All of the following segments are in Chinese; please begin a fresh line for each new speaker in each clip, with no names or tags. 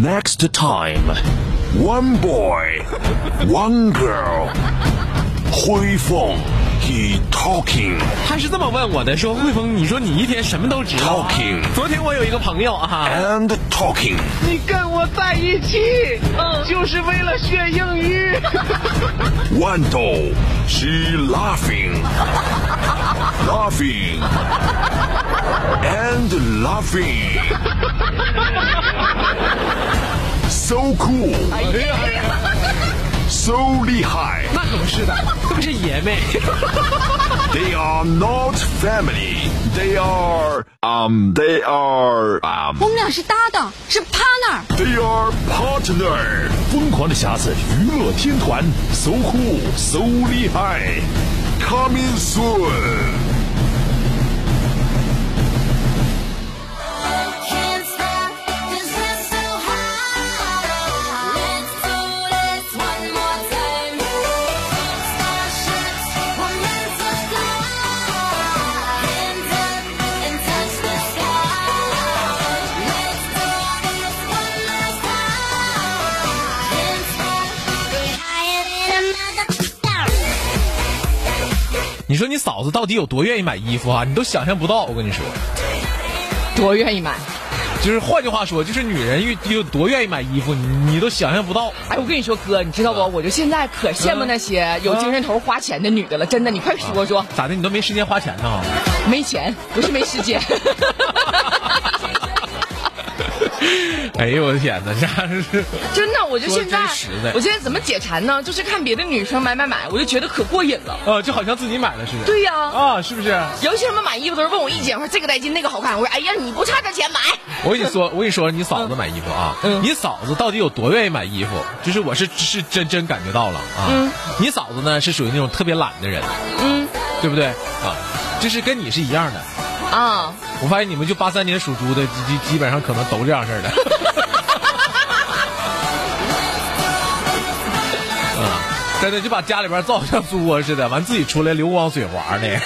Next time, one boy, one girl. 辉凤，he talking
他是这么问我的，说汇丰，你说你一天什么都知道啊、
Talking
昨天我有一个朋友啊，
and talking。
你跟我在一起，就是为了学英语。
豌豆，she laughing，laughing and laughing。So cool，so 厉害。
那可不是的，这不是爷们。
They are not family. They are um. They are um.
我们俩是搭档，是 partner。
They are partner. 疯狂的匣子娱乐天团，so cool, so 厉害，coming soon.
Can't stop 'cause we're so high. Let's do this one more time. Starships were meant to fly. Hands up and touch the sky. Let's do this one last time. Can't stop, we higher than another star.
你说你嫂子到底有多愿意买衣服啊？你都想象不到，我跟你说，
多愿意买。
就是换句话说，就是女人有有多愿意买衣服，你你都想象不到。
哎，我跟你说，哥，你知道不？我就现在可羡慕那些
嗯
有精神头花钱的女的了，真的。你快说说，
咋的？你都没时间花钱呢？
没钱不是没时间。
哎呦我的天哪，这还是
真的，我就
说
现
得
在
真实在，
我现在怎么解馋呢？就是看别的女生买买买，我就觉得可过瘾了。
呃，就好像自己买了似的。
对呀、
啊，是不是？
尤其他们买衣服都是问我意见，我说这个带劲，那个好看。我说哎呀，你不差这钱买。
我跟你说，我跟你说，你嫂子买衣服啊，
嗯
你嫂子到底有多愿意买衣服？就是我是是真真感觉到了啊。你嫂子呢是属于那种特别懒的人，
嗯
对不对啊？就是跟你是一样的。
啊，
我发现你们就八三年属猪的，基基基本上可能都这样式儿的。 嗯，真的就把家里边造像猪窝似的，完自己出来流光水滑的。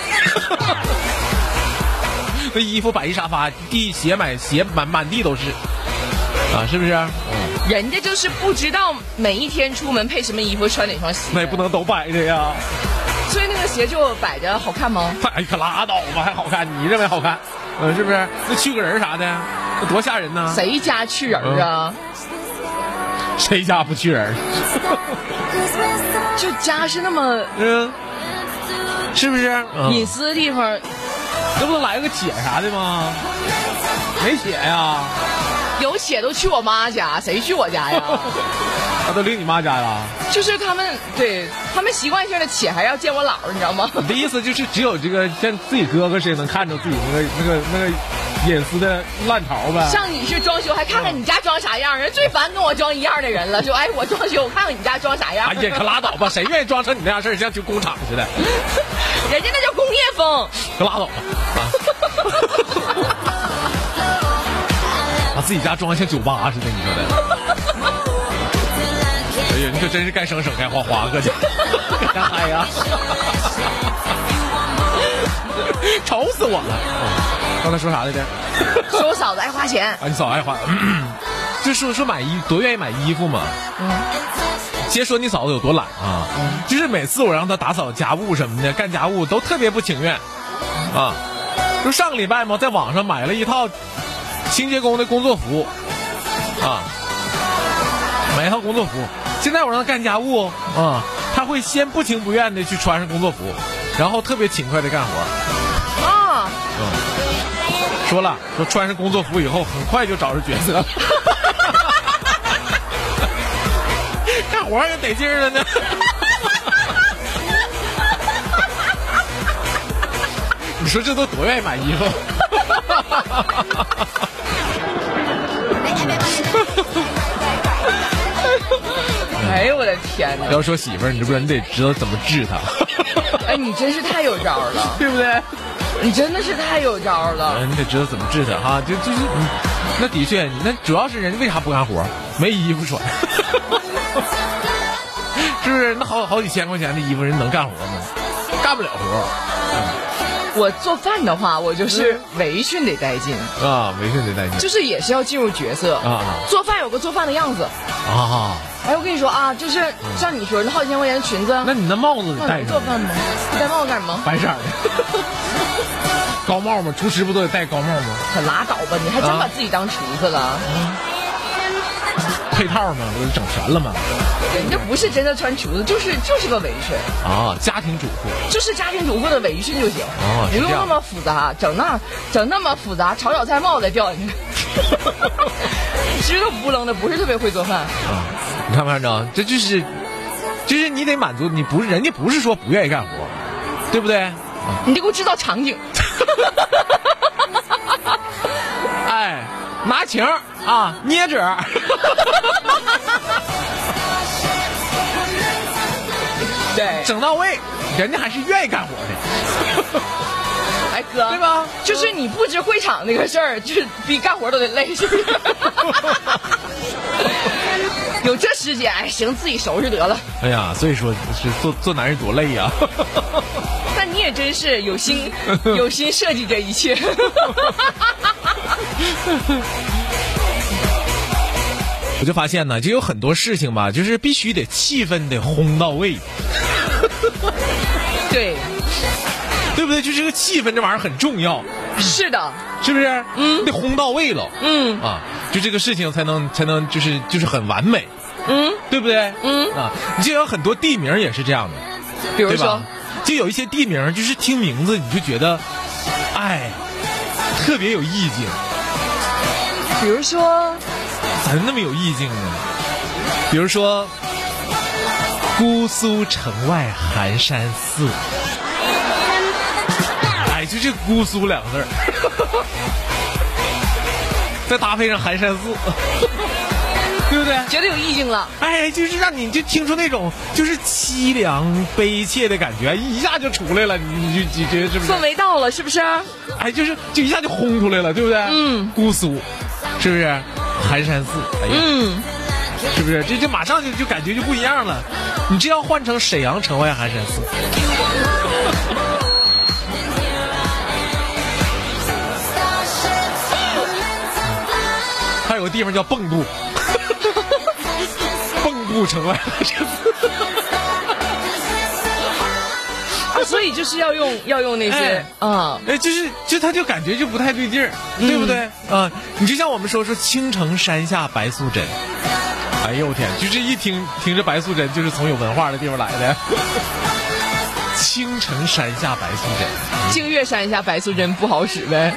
那衣服摆一沙发，地鞋买鞋满满地都是，啊，是不是？
人家就是不知道每一天出门配什么衣服，穿哪双鞋。
那也不能都摆着呀。
所以那个鞋就摆着好看吗？
哎，可拉倒吧，还好看？你认为好看？嗯，是不是？那去个人儿啥的，那多吓人呢！
谁家去人儿啊？
嗯谁家不去人儿？
'Cause we're so
就家是那么
嗯，是不是？嗯
隐私的地方，
这不能来个姐啥的吗？没姐呀，
有且都去我妈家，谁去我家 呀？
他都领你妈家了。
就是他们对他们习惯性的且还要见我姥儿，你知道吗？
你的意思就是只有这个像自己哥哥似的能看着自己那个那个那个隐私的烂桃呗？
像你是装修，还看看你家装啥样？人最烦跟我装一样的人了，说哎，我装修，我看看你家装啥样
哎。呀，可拉倒吧！谁愿意装成你那样事儿，像去工厂似的？
人家那叫工业 风，
可拉倒吧！啊， 把自己家装得像酒吧啊似的，你说的？哎呀，你可真是该省省，该花花，哥家，干嗨 呀！愁死我了！哦刚才说啥来着？
说我嫂子爱花钱，
啊，你嫂爱 花，就说说买衣，多愿意买衣服嘛。先说你嫂子有多懒啊，就是每次我让她打扫家务什么的，干家务都特别不情愿啊。就上个礼拜嘛，在网上买了一套清洁工的工作服啊，买一套工作服。现在我让她干家务啊，她会先不情不愿的去穿上工作服，然后特别勤快的干活。
啊，
说了，说穿上工作服以后，很快就找着角色了。 干活还得劲儿了呢。 你说这都多愿意买衣服？
哎呦我的天 哪！
要说媳妇儿，你知不知道？你得知道怎么治她，
哎，你真是太有招了，
对不对？
你真的是太有招了。
嗯，你得知道怎么治她哈。就就是，嗯那的确，那主要是人家为啥不干活？没衣服 穿，是不是？那好好几千块钱的衣服，人能干活吗？干不了活。嗯
Can't
我做饭的话，我就是围裙得带劲，
啊，围裙得带劲
就是也是要进入角色
啊
做饭有个做饭的样子。
啊。
哎，我跟你说啊，就是像你说的好几千块钱的裙子，
那你那帽子得
那
戴
能做
上，啊
饭吗？你戴帽子干什么？
白色儿的，高帽吗？厨师不都得戴高帽吗？
可拉倒吧，你还真
啊
把自己当厨子了？
配套吗？不是整全了吗？
人家不是真的穿厨子，就是就是个围裙，
啊，家庭主妇
就是家庭主妇的围裙就行。
哦
不
是这
用
样
那么复杂，整那整那么复杂，炒小菜帽子掉进去。 其实都不愣的，不是特别会做饭。
啊，你看没看着？这就是，就是你得满足，你不是人家不是说不愿意干活，对不对？
你得给我制造场 景。
哎，拿情儿啊，捏褶 儿。
对，
整到位，人家还是愿意干活的。
哎哥，
对吧？
就是你布置会场那个事儿，就是比干活都得 累，是不是？有这时间，哎，行，自己收拾得了。
哎呀，所以说是做做男人多累呀、
但你也真是有心，有心设计这一 切。
我就发现呢，就有很多事情吧，就是必须得气氛得烘到位，
对，
对不对？就这个气氛这玩意儿很重要，
是的，
是不是？嗯，得烘到位了。
嗯
啊，就这个事情才能才能就是就是很完美，
嗯，
对不对？
嗯
啊，就有很多地名也是这样的，
比如
对
说
吧，？就有一些地名，就是听名字你就觉得，哎，特别有意境。
比如说，
咋就那么有意境呢？比如说，姑苏城外寒山寺。哎，就这“姑苏”两个字儿， 再搭配上寒山寺， 对不对？
觉得有意境了，
哎，就是让你就听出那种就是凄凉悲切的感觉，一下就出来了，你就你觉得是不是？
氛围到了，是不是？啊
哎，就是就一下就轰出来了，对不对？
嗯，
姑苏，是不是？寒山寺，哎呀，
嗯，
是不是？这这马上就就感觉就不一样了。你这要换成沈阳城外寒山寺，还有个地方叫蚌埠， 蚌埠城外寒山寺。
啊所以就是要用要用那些
哎，
嗯，
哎，就是就他就感觉就不太对劲儿，对不对？啊、你就像我们说说青城山下白素贞，哎呦我天，就这一听听着白素贞就是从有文化的地方来的。 青城山下白素贞，
净月山下白素贞不好使呗。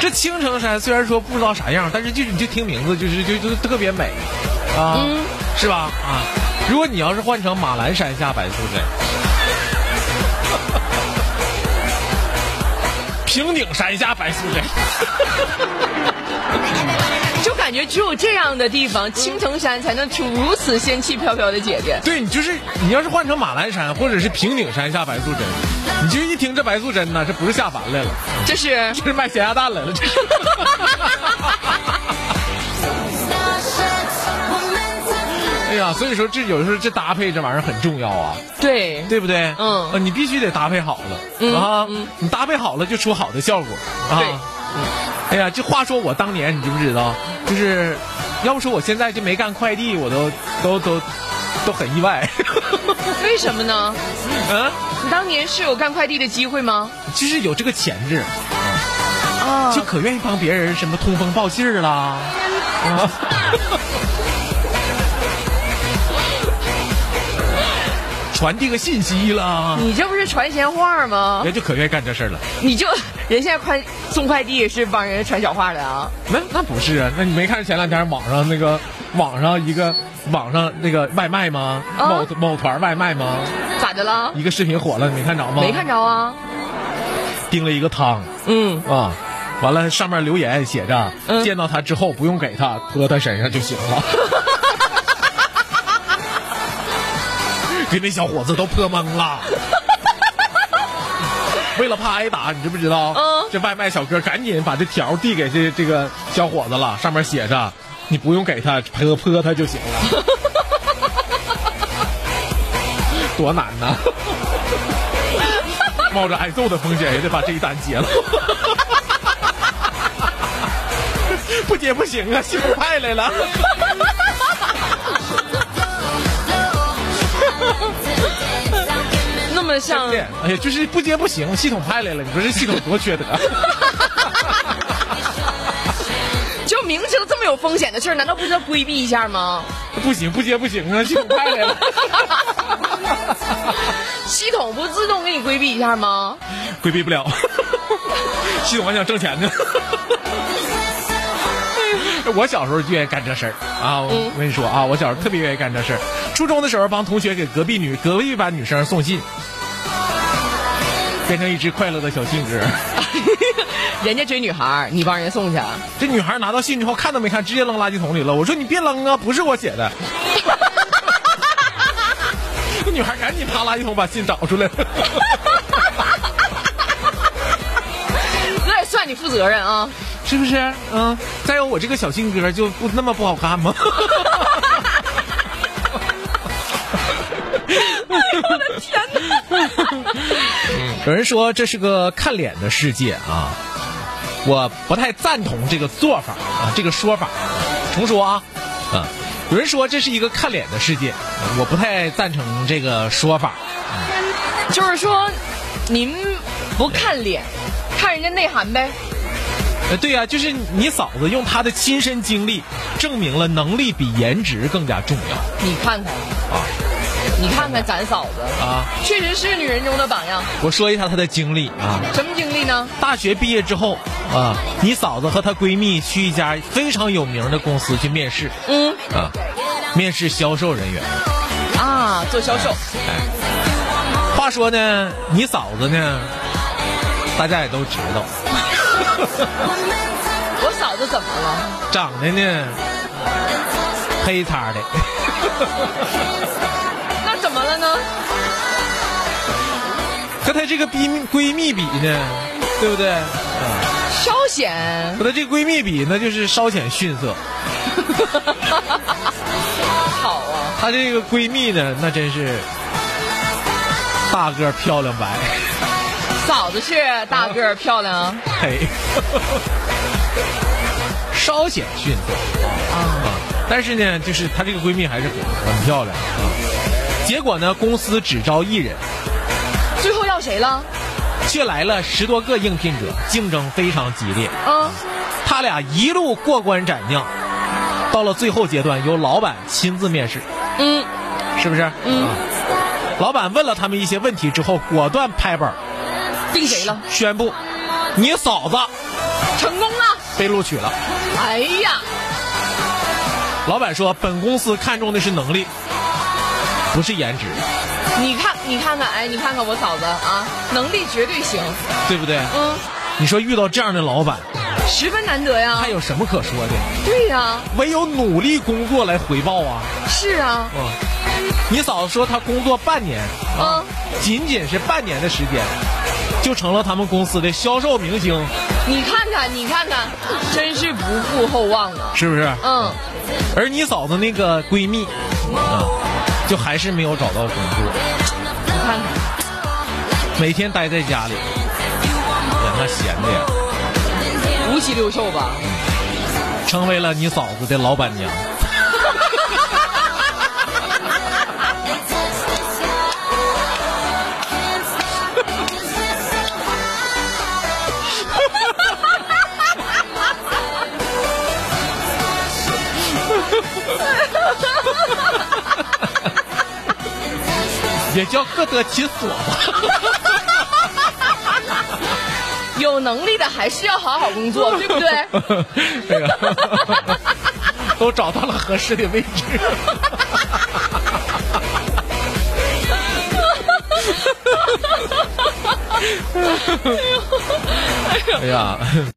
这青城山虽然说不知道啥样，但是就是你就听名字就是就就特别美，啊，是吧？啊，如果你要是换成马栏山下白素贞， 平顶山下白素贞。
就感觉只有这样的地方，青城山才能出如此仙气飘飘的姐姐。
对你就是你要是换成马栏山或者是平顶山下白素贞，你就一听这白素贞呢，这不是下凡来了，
这是
这是卖咸鸭蛋来了，这是。 哎呀，所以说这有时候这搭配这玩意儿很重要啊，
对，
对不对？
嗯
啊你必须得搭配好了、啊、你搭配好了就出好的效果啊。
对
嗯哎呀，这话说我当年你知不知道？就是要不说我现在就没干快递，我都都都都很意外。
为什么呢？
嗯。
你当年是有干快递的机会吗？
就是有这个潜质，
啊
就可愿意帮别人什么通风报信儿啦。 传递个信息啦，
你这不是传闲话吗？
人就可愿意干这事儿了。
你就人现在快送快递是帮人传小话的啊？
那那不是啊？那你没看前两天网上那个网上一个网上那个外卖吗？
啊
某某团外卖吗？
咋的了？
一个视频火了，你没看着吗？
没看。着啊？
叮了一个汤
嗯，
啊，完了上面留言写着，
嗯
见到他之后不用给他，泼他身上就行了。给那小伙子都泼懵了。为了怕挨打，你知不知道？
嗯
这外卖小哥赶紧把这条递给这这个小伙子了，上面写着：“你不用给他泼泼他就行 了。”多难呐！冒着挨揍的风险也得把这一单结了。 不结不行啊，媳妇派来了。
那么像
对，哎呀，就是不接不行，系统派来了，你说这系统多缺德？
就明知道这么有风险的事儿，难道不知道规避一下吗？
不行，不接不行啊，系统派来了。
系统不自动给你规避一下吗？
规避不了。 系统还想挣钱呢。 我小时候就愿意干这事儿啊！我跟你说啊，我小时候特别愿意干这事儿。初中的时候帮同学给隔壁女隔壁班女生送信，变成一只快乐的小信鸽。
人家追女孩儿，你帮人家送去，啊
这女孩拿到信之后看都没看，直接扔垃圾桶里了。我说你别扔啊，不是我写的。那女孩赶紧爬垃圾桶把信找出来。
那也算你负责任啊！
是不是？嗯，再有我这个小性格就不那么不好看吗？有人说这是个看脸的世界啊，我不太赞同这个做法啊，这个说法。重说啊，啊，有人说这是一个看脸的世界，我不太赞成这个说法。
就是说，您不看脸，看人家内涵呗。
呃，对呀、就是你嫂子用她的亲身经历证明了能力比颜值更加重要
你看看，
啊
你看看咱嫂子，
啊！
确实是女人中的榜样。
我说一下她的经历啊，
什么经历呢？
大学毕业之后啊，你嫂子和她闺蜜去一家非常有名的公司去面试
嗯
啊，面试销售人员。
啊，做销售，
话说呢，你嫂子呢，大家也都知道，
我嫂子怎么了？
长得呢黑擦的，
那怎么了呢？
和她这个闺蜜闺蜜比呢，对不对？
稍显
和她这闺蜜比呢，就是稍显逊色。
好啊，
她这个闺蜜呢，那真是大个儿漂亮白
嫂子是大个儿漂亮啊。
黑，稍显逊色啊。但是呢，就是她这个闺蜜还是很很漂亮啊。结果呢，公司只招一人，
最后要谁了？
却来了十多个应聘者，竞争非常激烈。
啊，
他俩一路过关斩将，到了最后阶段，由老板亲自面试。
嗯，
是不是？嗯。老板问了他们一些问题之后，果断拍板儿
定谁了？
宣布，你嫂子
成功了！
被录取了。
哎呀，
老板说，本公司看重的是能力，不是颜值，
你看，你看看，哎，你看看我嫂子啊，能力绝对行，
对不对？
嗯，
你说遇到这样的老板，
十分难得呀
还。有什么可说的？
对呀、
唯有努力工作来回报啊！
是啊，
你嫂子说她工作半年，
啊，
仅仅是半年的时间，就成了他们公司的销售明星，
你看看，你看看，真是不负厚望啊。
是不是？
嗯，
而你嫂子那个闺蜜，啊，就还是没有找到工作，
你看看，
每天待在家里，呀，那闲的呀，
五脊六兽吧。
成为了你嫂子的老板娘。也叫各得其所啊吧。
有能力的还是要好好工作，对不对？
这个 都找到了合适的位置。哎呀！